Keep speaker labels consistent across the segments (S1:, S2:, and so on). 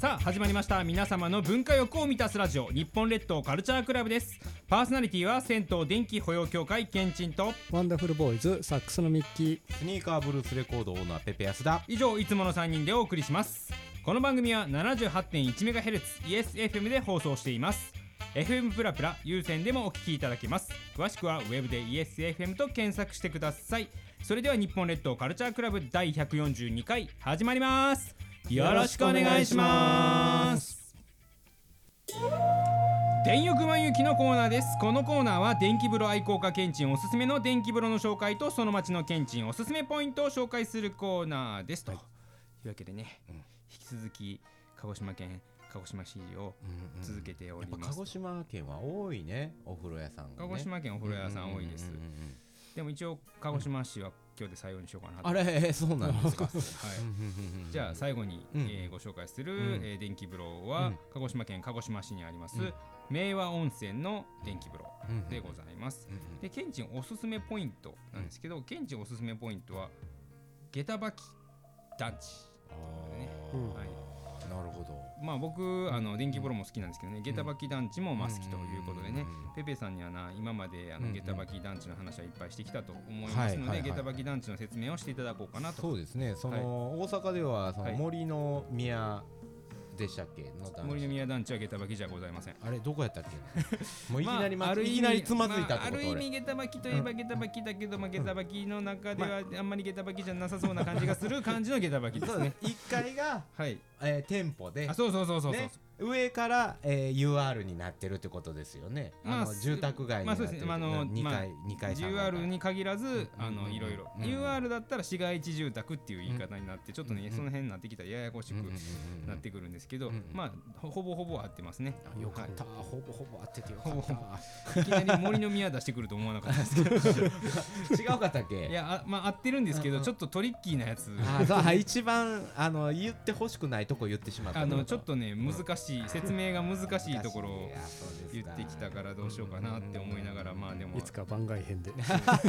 S1: さあ始まりました皆様の文化欲を満たすラジオ日本列島カルチャークラブですパーソナリティは銭湯電気保養協会けんちんと
S2: ワンダフルボーイズサックスのミッキー
S3: スニーカーブルースレコードオーナーペペ安田
S1: 以上いつもの3人でお送りしますこの番組は 78.1MHz イエス FM で放送しています FM プラプラ有線でもお聞きいただけます詳しくはウェブでイエス FM と検索してくださいそれでは日本列島カルチャークラブ第142回始まりますよろしくお願いします電浴満雪のコーナーですこのコーナーは電気風呂愛好家ケンチンおすすめの電気風呂の紹介とその町のケンチンおすすめポイントを紹介するコーナーですと、いうわけでね、引き続き鹿児島県鹿児島市を続けており
S3: やっぱ
S1: ま
S3: 鹿
S1: す、
S3: 児島県は多いねお風呂屋さんが、ね、
S1: 鹿児島県お風呂屋さん多いです、
S3: うんうんうんうん
S1: でも一応鹿児島市は今日で最後にしようかなと
S3: あれえーそうなんですか
S1: はいじゃあ最後に、
S3: うん
S1: えーご紹介する、
S3: ん
S1: えー電気風呂は、
S3: うん
S1: 鹿児島県鹿児島市にあります、
S3: うん
S1: 明和温泉の電気風呂
S3: うん
S1: でございます、
S3: うんうん
S1: でケンチンおすすめポイントなんですけど、ケンチンおすすめポイントは下駄履き団地
S3: あ
S1: ね
S3: ー
S2: うん
S1: はい
S3: なるほど
S1: まあ僕あの電気風呂も好きなんですけどね下駄履き団地もまあ好きということでね、
S3: うん
S1: ペペさんにはな今まであ
S3: うんう
S1: の
S3: ん
S1: 下駄履き団地の話はいっぱいしてきたと思いますので、
S3: はいはいはい
S1: 下駄履き団地の説明をしていただこうかなと
S3: そうですねその、大阪ではそ
S1: は
S3: の
S1: い
S3: 森の宮でしたっけの団地
S1: 森の宮団地は下駄履きじゃございません
S3: あれどこやったっ けもういきなり、ま
S1: あある意味
S3: いきなりつまずいたってこと、
S1: まあ、ある意味下駄履きといえば下駄履きだけど、まあ、下駄履きの中ではあんまり下駄履きじゃなさそうな感じがする感じの下駄履きで
S3: 俺
S1: す
S3: そう
S1: ね
S3: ね一階が、
S1: はい
S3: えー、店舗で
S1: あそうそうそうそうそう、
S3: ね、上から、えー、UR になってるってことですよね。
S1: まあ
S3: あ、の
S1: す
S3: 住宅
S1: ま
S3: 街にな
S1: あ
S3: って
S1: そう
S3: る、
S1: ですねまああの
S3: 2
S1: まあ
S3: 階、二階
S1: UR に限らず、あ
S3: うんうん
S1: の
S3: うん
S1: いろいろ、
S3: うんうん
S1: UR だったら市街地住宅っていう言い方になって、ちょっとね、その辺になってきたらややこしくなってくるんですけど、
S3: うんうん
S1: まあほほぼほぼ合ってますね
S3: あよかった、ほぼほぼ合っててよか
S1: ほぼ
S3: っ
S1: ほぼいきなり森の宮出してくると思わなかった ですけど
S3: た。違うかったっけ
S1: いやあまあ合ってるんですけど、
S3: うんうん
S1: ちょっとトリッキーなやつ
S3: あーそう一番あの言ってほしくないとこ言ってしまった
S1: あの
S3: こ
S1: ちょっとね難しい説明が難しいところを
S3: 難しいあそうです
S1: 言ってきたからどうしようかなって思いながらまあでも
S2: いつか番外編で
S1: 番外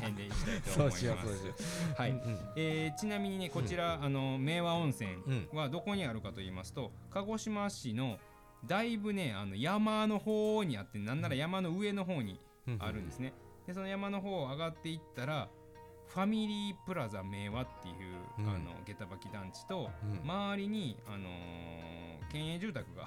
S1: 編でいきたいと
S3: そ
S1: 思いうます
S3: しようそうしよ
S1: は
S3: う、
S1: い
S3: うん
S1: えーちなみにねこちら、あの明和温泉はどこにあるかと言いますと鹿児島市のだいぶねあの山の方にあってなんなら山の上の方に
S3: うん
S1: あるんですねでその山の方を上がっていったらファミリープラザ明和っていう、
S3: うん
S1: あの下駄履き団地と、
S3: うん
S1: 周りに、あのー県営住宅が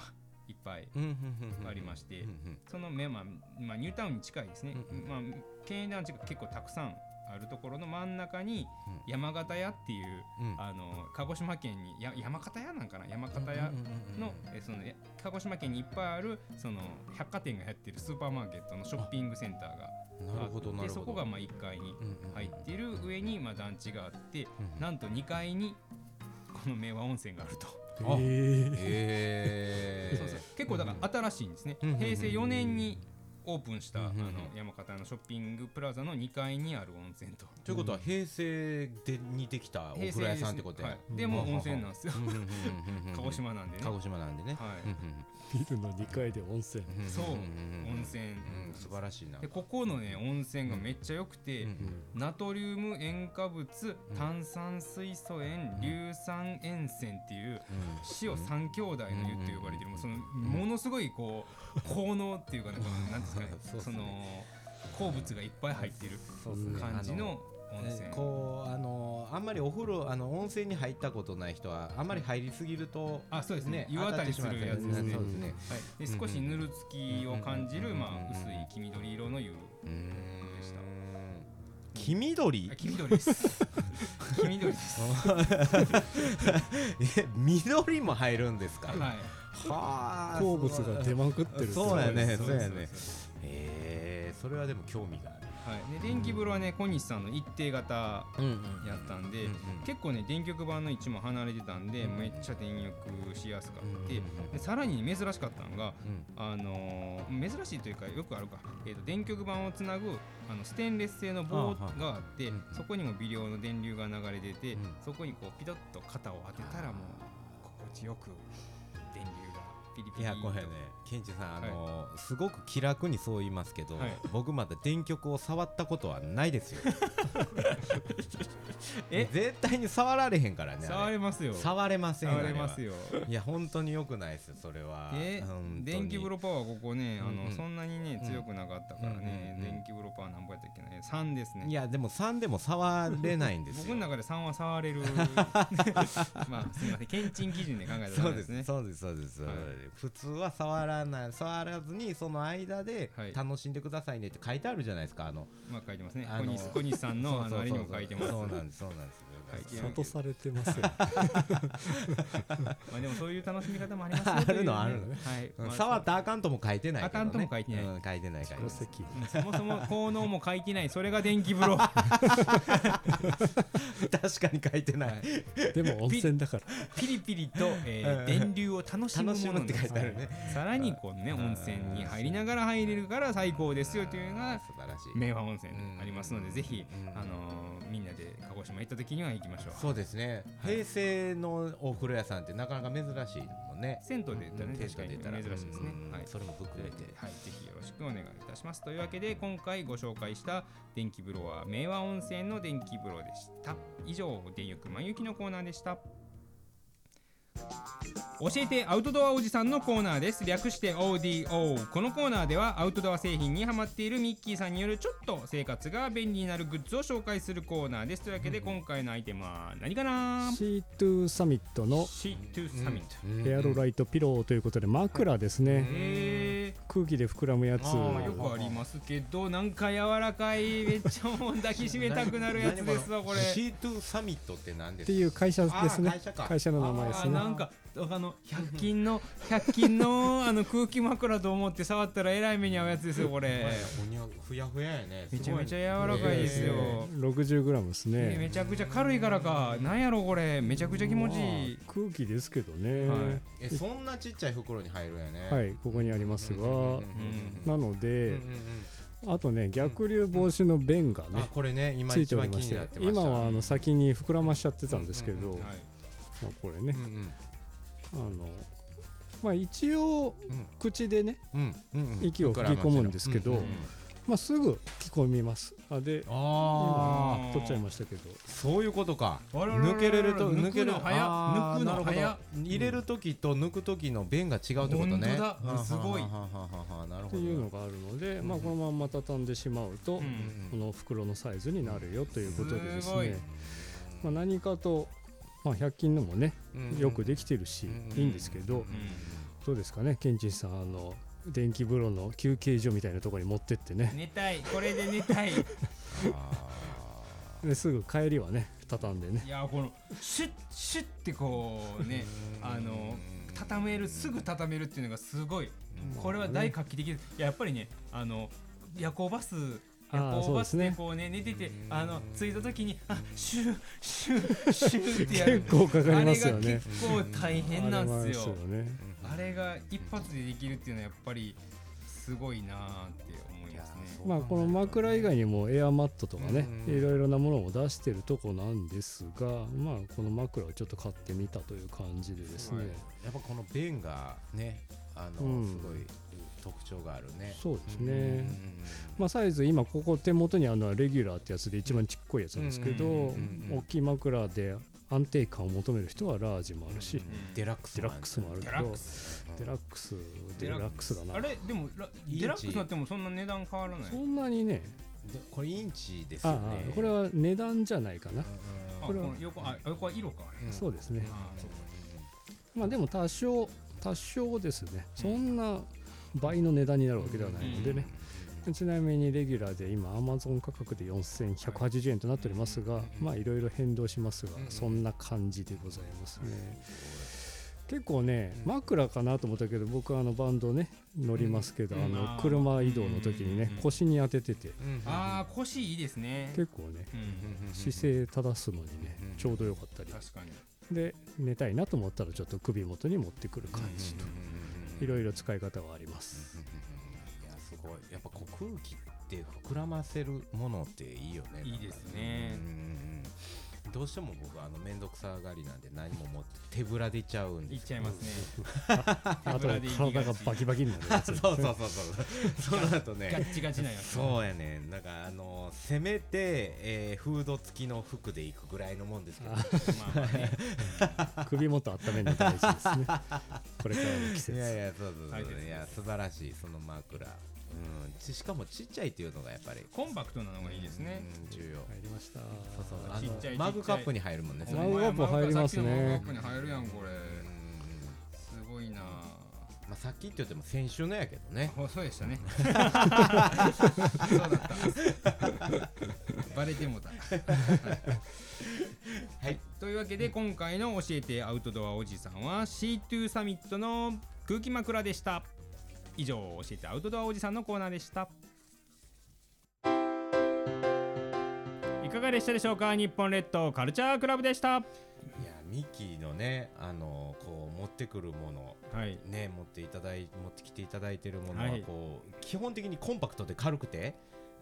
S1: いっぱい
S3: うんうんうんうんうん
S1: ありまして、
S3: うんうん
S1: その明まあまあ、ニュータウンに近いですね、
S3: うんうん
S1: まあ、県営団地が結構たくさんあるところの真ん中に
S3: うん
S1: 山形屋っていう、
S3: うん
S1: あのー鹿児島県にや山形屋なんかな山形屋のえそのえ鹿児島県にいっぱいあるその百貨店がやってるスーパーマーケットのショッピングセンターが
S3: なるほどな
S1: で
S3: る
S1: そ
S3: ほ
S1: こ
S3: ど
S1: がまあ1階に
S3: うんうんうん
S1: 入っている上にまあ団地があって、
S3: うん
S1: なんと2階にこの明和温泉があると、
S3: あ
S2: え
S3: え ー
S1: そうそう結構だから新しいんですね、
S3: うんうん
S1: 平成4年にオープンした、
S3: うんうん
S1: あの山形のショッピングプラザの2階にある温泉と。
S3: ということは平成でにできたお
S1: 平成
S3: 風呂
S1: で
S3: 屋
S1: すね
S3: さんってこと
S1: は
S3: や
S1: い、でも
S3: うん
S1: 温泉なんですよ
S3: うんうんうんうんうん
S1: 鹿児島なんでね
S3: 鹿児島なんでね
S1: は
S3: うん
S1: い、
S2: ビルの2階で温泉
S3: うんん
S1: そうん
S3: ん
S1: 温泉
S3: うん素晴らしいな
S1: でここのね温泉がめっちゃ良くて、
S3: うん
S1: ナトリウム塩化物炭酸水素塩
S3: ん
S1: 硫酸塩泉っていう
S3: うん
S1: 塩三兄弟の湯って呼ばれてる、
S3: うん
S1: そのものすごいこう効能って いうかなんかなんですかね
S3: そうっ
S1: そ
S3: す
S1: ねそ
S3: ね
S1: の鉱物がいっぱい入ってる
S3: そうっすね
S1: 感じの温泉、
S3: えこうあのあんまりお風呂あの温泉に入ったことない人はあんまり入りすぎると
S1: あそうですね湯
S3: 当
S1: あた
S3: たっ
S1: り
S3: て
S1: す
S3: しまう
S1: るやつですね
S3: そうですね
S1: はい、で少しぬるつきを感じる、
S3: うん
S1: まあ、薄い黄緑色の湯
S3: うーん
S1: でした
S3: 黄緑
S1: あ黄緑です黄緑です
S3: え緑も入るんですか
S1: はい
S3: はあ
S2: 鉱物が出まくってるって
S3: そうやね
S1: そう
S3: そう
S1: です
S3: やね
S1: そうで
S3: えーそれはでも興味がある
S1: はい、で電気風呂はね小西さんの一定型
S3: うん
S1: やったんで、
S3: うんうん
S1: 結構ね電極板の位置も離れてたんで、めっちゃ電浴しやすかって、
S3: うんうんうん
S1: でさらに珍しかったのが、
S3: うん
S1: あのー珍しいというかよくあるか、えー、と電極板をつなぐあのステンレス製の棒
S3: あー
S1: があって
S3: うんうん
S1: そこにも微量の電流が流れ出て、
S3: うん
S1: そこにこうピタッと肩を当てたらもう心地よく電流がピリピ
S3: い
S1: リ
S3: やこれねケンチさんあの、すごく気楽にそう言いますけど、
S1: はい
S3: 僕まだ電極を触ったことはないですよ
S1: え
S3: 絶対に触られへんからねあ
S1: 触
S3: れ
S1: れますよ
S3: 触れません
S1: 触れます
S3: よ
S1: よ
S3: いや本当に良くないですそれは
S1: で
S3: 本当に
S1: 電気風呂パワーここねあ
S3: うんう
S1: の
S3: ん
S1: そんなにね強くなかったからね
S3: うんうんうん
S1: 電気風呂パワー何ぼやったっけね3ですね
S3: いやでも3でも触れないんです
S1: 僕の中
S3: よ
S1: で3は触れる まあすみませんけんちん基準で考えたらダ
S3: そう
S1: メ
S3: で
S1: ですすね
S3: そうですそうです、
S1: はい
S3: 普通は触らない触らずにその間で
S1: はい
S3: 楽しんでくださいねって書いてあるじゃないですかあの
S1: まあ書いてますね
S3: あ
S1: 小
S3: の
S1: 西小西さんのあ
S3: そうそうそう
S1: のあれにも書いてます
S3: そうなんですそうなんです
S1: 書いてある
S2: 諭されてますよ
S1: まあでもそういう楽しみ方もありますよ
S3: ある
S1: と
S3: の
S1: いうね
S3: あるの
S1: はい
S3: うん
S1: まあ
S3: 触ったらあかんとも書いてないけど、ね、
S1: あかんとも書いてない
S3: うん書いてない書い
S2: 黒
S3: てない
S2: 石
S1: うんそ もそも効能も書いてないそれが電気風呂
S3: 確かに書いてない、
S2: でも温泉だから
S1: ピリピリと、えー
S3: うん
S1: 電流を楽しむ
S3: 楽し
S1: も
S3: む
S1: の
S3: って
S1: で
S3: 書い
S1: す
S3: てあるね
S1: さらにこうね温泉に入りながら入れるから最高ですよというのが
S3: 素晴らしい
S1: 明和温泉ありますのでぜひ
S3: うん
S1: あのーみんなで鹿児島行った時には行きましょう
S3: そうですね、
S1: はい
S3: 平成のお風呂屋さんってなかなか珍しいもんね
S1: 銭湯で言ったらね
S3: うん
S1: 確かに
S3: 確かに
S1: 珍しいですね
S3: うん
S1: はい
S3: それも含めて
S1: はい、ぜひよろしくお願いいたします。というわけで、今回ご紹介した電気風呂は明和温泉の電気風呂でした。以上、電浴満雪のコーナーでした。教えてアウトドアおじさんのコーナーです略して ODO このコーナーではアウトドア製品にハマっているミッキーさんによるちょっと生活が便利になるグッズを紹介するコーナーですというわけで今回のアイテムは何かな
S2: C2 サミットの
S1: C2 サミット、
S3: うん
S2: エアロライトピローということで枕ですね、
S1: えー
S2: 空気で膨らむやつ
S3: あー
S1: よくありますけどなんか柔らかいめっちゃもう抱きしめたくなるやつですわこれ
S3: C2 サミットって何で
S2: っ
S3: す
S2: て
S3: か
S2: いう会社ですね
S3: あー会社か
S2: の名前
S1: あ
S2: です
S1: ー
S2: ね
S1: なんかあの100均の100均 のあの空気枕と思って触ったらえらい目に遭うやつですよこ
S3: こ
S1: れ
S3: れほにゃふやふややね
S1: めちゃめちゃ
S3: ゃ
S1: 柔らかいですよ、
S2: 60g ですね
S1: ねめちゃくちゃ軽いからかなんやろこれめちゃくちゃ気持ちいい
S2: まあ空気ですけどね
S1: は
S3: えそんなちっちゃい袋に入るんやね
S2: はい、ここにありますが、なの
S3: うんう
S2: で
S3: ん、
S2: あとね逆流防止の弁が
S3: うんあ
S2: ね、
S3: これね今
S2: つい
S3: 一
S2: ており
S3: 番気
S2: まし
S3: に
S2: て
S3: なってました
S2: 今はあの先に膨らましちゃってたんですけ
S3: うん
S2: ど、
S1: はい
S2: まあ、これね
S3: う、んうん
S2: あのまあ一応
S3: うん
S2: 口でね、
S3: うんうんうん
S2: 息を吹き込むんですけど
S3: うんうんうん
S2: まあ、すぐ吹き込みますあで
S3: あ
S1: ー
S2: 今取っちゃいましたけど
S3: あそういうことか
S1: あらららら
S3: 抜けれると
S1: 抜
S3: 抜
S1: く
S3: け
S1: の
S3: る
S1: 早っ
S3: あ
S1: 抜く
S3: ー
S1: の
S3: なるほど
S1: 早っ
S3: 入れる時と抜く時の弁が違うってことね
S1: 本当だ
S3: あー
S1: すごい
S3: はあはあはあはあなる
S2: っ
S3: ほ
S2: て
S3: ど
S2: いうのがあるので、まあ、このまんま畳んでしまうと、
S1: うん
S2: この袋のサイズになるよということでですす
S1: ごい
S2: ね、まあ、何かと、まあ、100均のもね
S3: うん
S2: よくできてるし、
S3: うん
S2: いいんですけど、
S1: う
S2: どうですかねケンチンさんあの電気風呂の休憩所みたいなところに持ってってね
S1: ん寝たいこれで寝たい
S3: あ
S2: ですぐ帰りはね畳んでね
S1: いやこのシュッシュッってこうねあの畳めるすぐ畳めるっていうのがすごいこれは大画期的ですいややっぱりねあの夜行バス
S2: あー
S1: 夜行バス
S2: そう
S1: で
S2: ですね
S1: こうね寝てて
S3: うん
S1: あの着いた時にあシューシュ ーシューってや
S2: 結
S1: る
S2: 構かかります
S1: あ
S2: よ
S1: れが
S2: ね
S1: 結構大変なんですよ
S2: あれはそうね
S1: あれが一発でできるっていうのはやっぱりすごいなーって思いますね
S3: いやそう
S2: まあこの枕以外にもエアマットとかね
S3: うん
S2: いろいろなものを出してるとこなんですがまあこの枕をちょっと買ってみたという感じでですね、
S1: はい
S3: やっぱこの弁がねあの、
S2: うん
S3: すごい特徴があるね
S2: そうですね、
S3: うん
S2: まあ、サイズ今ここ手元にあるのはレギュラーってやつで一番ちっこいやつなんですけど、
S3: うんうんうんうん
S2: 大きい枕で安定感を求める人はラージもあるし、
S1: ん
S3: デラックス
S2: デラックスもある
S1: デ
S2: け
S1: ラッ
S2: ど
S1: クス
S2: デラックスデラックスだな
S1: あれでもラ
S3: インチ
S1: デラックスだってもそんな値段変わらない
S2: そんなにね
S3: でこれインチです
S2: あ
S3: よ
S2: あ
S3: ね
S2: あこれ
S3: は、
S2: は値段じゃないかな、
S1: あ
S2: これは
S1: の横あ横は色かあれ
S3: うん
S2: そうですね
S1: あーそう
S2: まあでも多少多少ですねそんな倍の値段になるわけではないのでね、ちなみにレギュラーで今アマゾン価格で4180円となっておりますが、まあいろいろ変動しますが、そんな感じでございますね、結構ね枕かなと思ったけど僕はあのバンドね乗りますけど、
S1: うん
S2: あ
S1: あ
S2: の
S1: ー
S2: 車移動の時にね、
S1: うん
S2: 腰に当ててて
S3: うんうん
S1: あー腰いいですね
S2: 結構ね
S1: うん
S2: 姿勢正すのにね
S3: うん
S2: ちょうどよかったり
S1: 確かに
S2: で寝たいなと思ったらちょっと首元に持ってくる感じといろ
S3: いろ
S2: いろ使い方はあります
S3: いやすごいやっぱこう空気って膨らませるものっていいよね
S1: いいですね
S3: うんうんうんどうしても僕はあの面倒くさがりなんで何も持って手ぶらでいっちゃうん
S1: い
S3: で
S1: っ
S3: す
S1: ちゃいますね
S2: あ とは体がバキバキになるやつ
S3: そうそうそうそうその後
S1: ガ
S3: ね
S1: ッチガチなや つ
S3: そうやねなんかあのせめて、えーフード付きの服で行くぐらいのもんですけど
S1: まあまあね
S2: 首元温めるの大事です ねこれからの季
S3: いやい
S2: 節
S3: やそうそう
S1: 大
S3: そ
S1: 切
S3: う、
S1: です
S3: いや素晴らしいその枕うんちしかもちっちゃいっていうのがやっぱり
S1: コンパクトなのがいいですね
S3: うん重要
S2: 入りました
S3: そうそう
S1: あ
S3: あ
S1: ちっ
S3: の
S1: ちゃい
S3: マグカップに入るもんね
S1: お
S3: それ
S1: 前
S2: マグカップ入りますね
S1: マグカップに入るやんこれ
S3: うん
S1: すごいな
S3: まあ、さっきって言っても先週のやけどね
S1: あそうでしたねそうだったバレてもうた
S3: はい
S1: というわけで今回の「教えてアウトドアおじさんは」C2 サミットの空気枕でした以上教えてアウトドアおじさんのコーナーでしたいかがでしたでしょうか日本列島カルチャークラブでした
S3: いやミキのねあのこう持ってくるもの
S1: はい
S3: ね持っていただい持ってきていただいてるものは
S1: はい
S3: こう、基本的にコンパクトで軽くて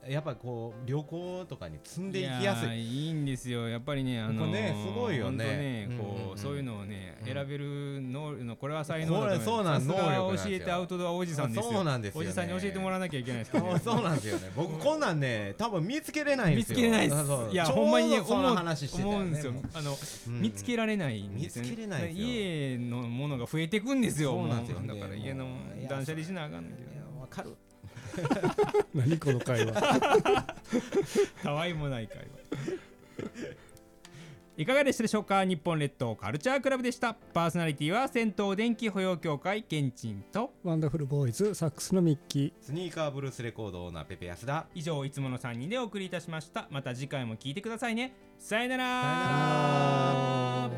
S3: やっぱこう旅行とかに積んでいきやす
S1: やー
S3: い
S1: いいんですよやっぱりねあのー
S3: これねすごいよね
S1: ほんとねこう、
S3: うんうんうん
S1: そういうのをね、
S3: うん
S1: 選べる能力のこれは才能だと
S3: これそうな
S1: さ
S3: ん
S1: すが
S3: 能力なんです
S1: 教
S3: よ
S1: えてアウトドアおじさんですよ
S3: そうなんですよ
S1: お
S3: ね
S1: じさんに教えてもらわなきゃいけないですけど、
S3: そう
S1: ね、
S3: そうなんですよね僕こんなんね多分見つけれないん
S1: 見
S3: です
S1: つ
S3: よ
S1: けれないで
S3: あそう
S1: すいや
S3: ちょうど
S1: ほんまにね
S3: そ
S1: 思
S3: の
S1: う
S3: 話してたよね
S1: 思うんですよあの、
S3: うん
S1: 見つけられないんですよね
S3: 見つけれないですよ
S1: 家のものが増えていくんですよ
S3: そうなんですよ
S1: もだから家の
S3: いや
S1: 断捨離しなあかんねんけど
S3: いやわかる
S2: 何この会 話
S1: たわいもない会話いかがでしたでしょうか日本列島カルチャークラブでしたパーソナリティは銭湯電気保養協会ケンチンと
S2: ワンダフルボーイズサックスのミッキー
S3: スニーカーブルースレコードオーナーペペヤスだ
S1: 以上いつもの3人でお送りいたしましたまた次回も聞いてくださいねさよなら
S3: さよなら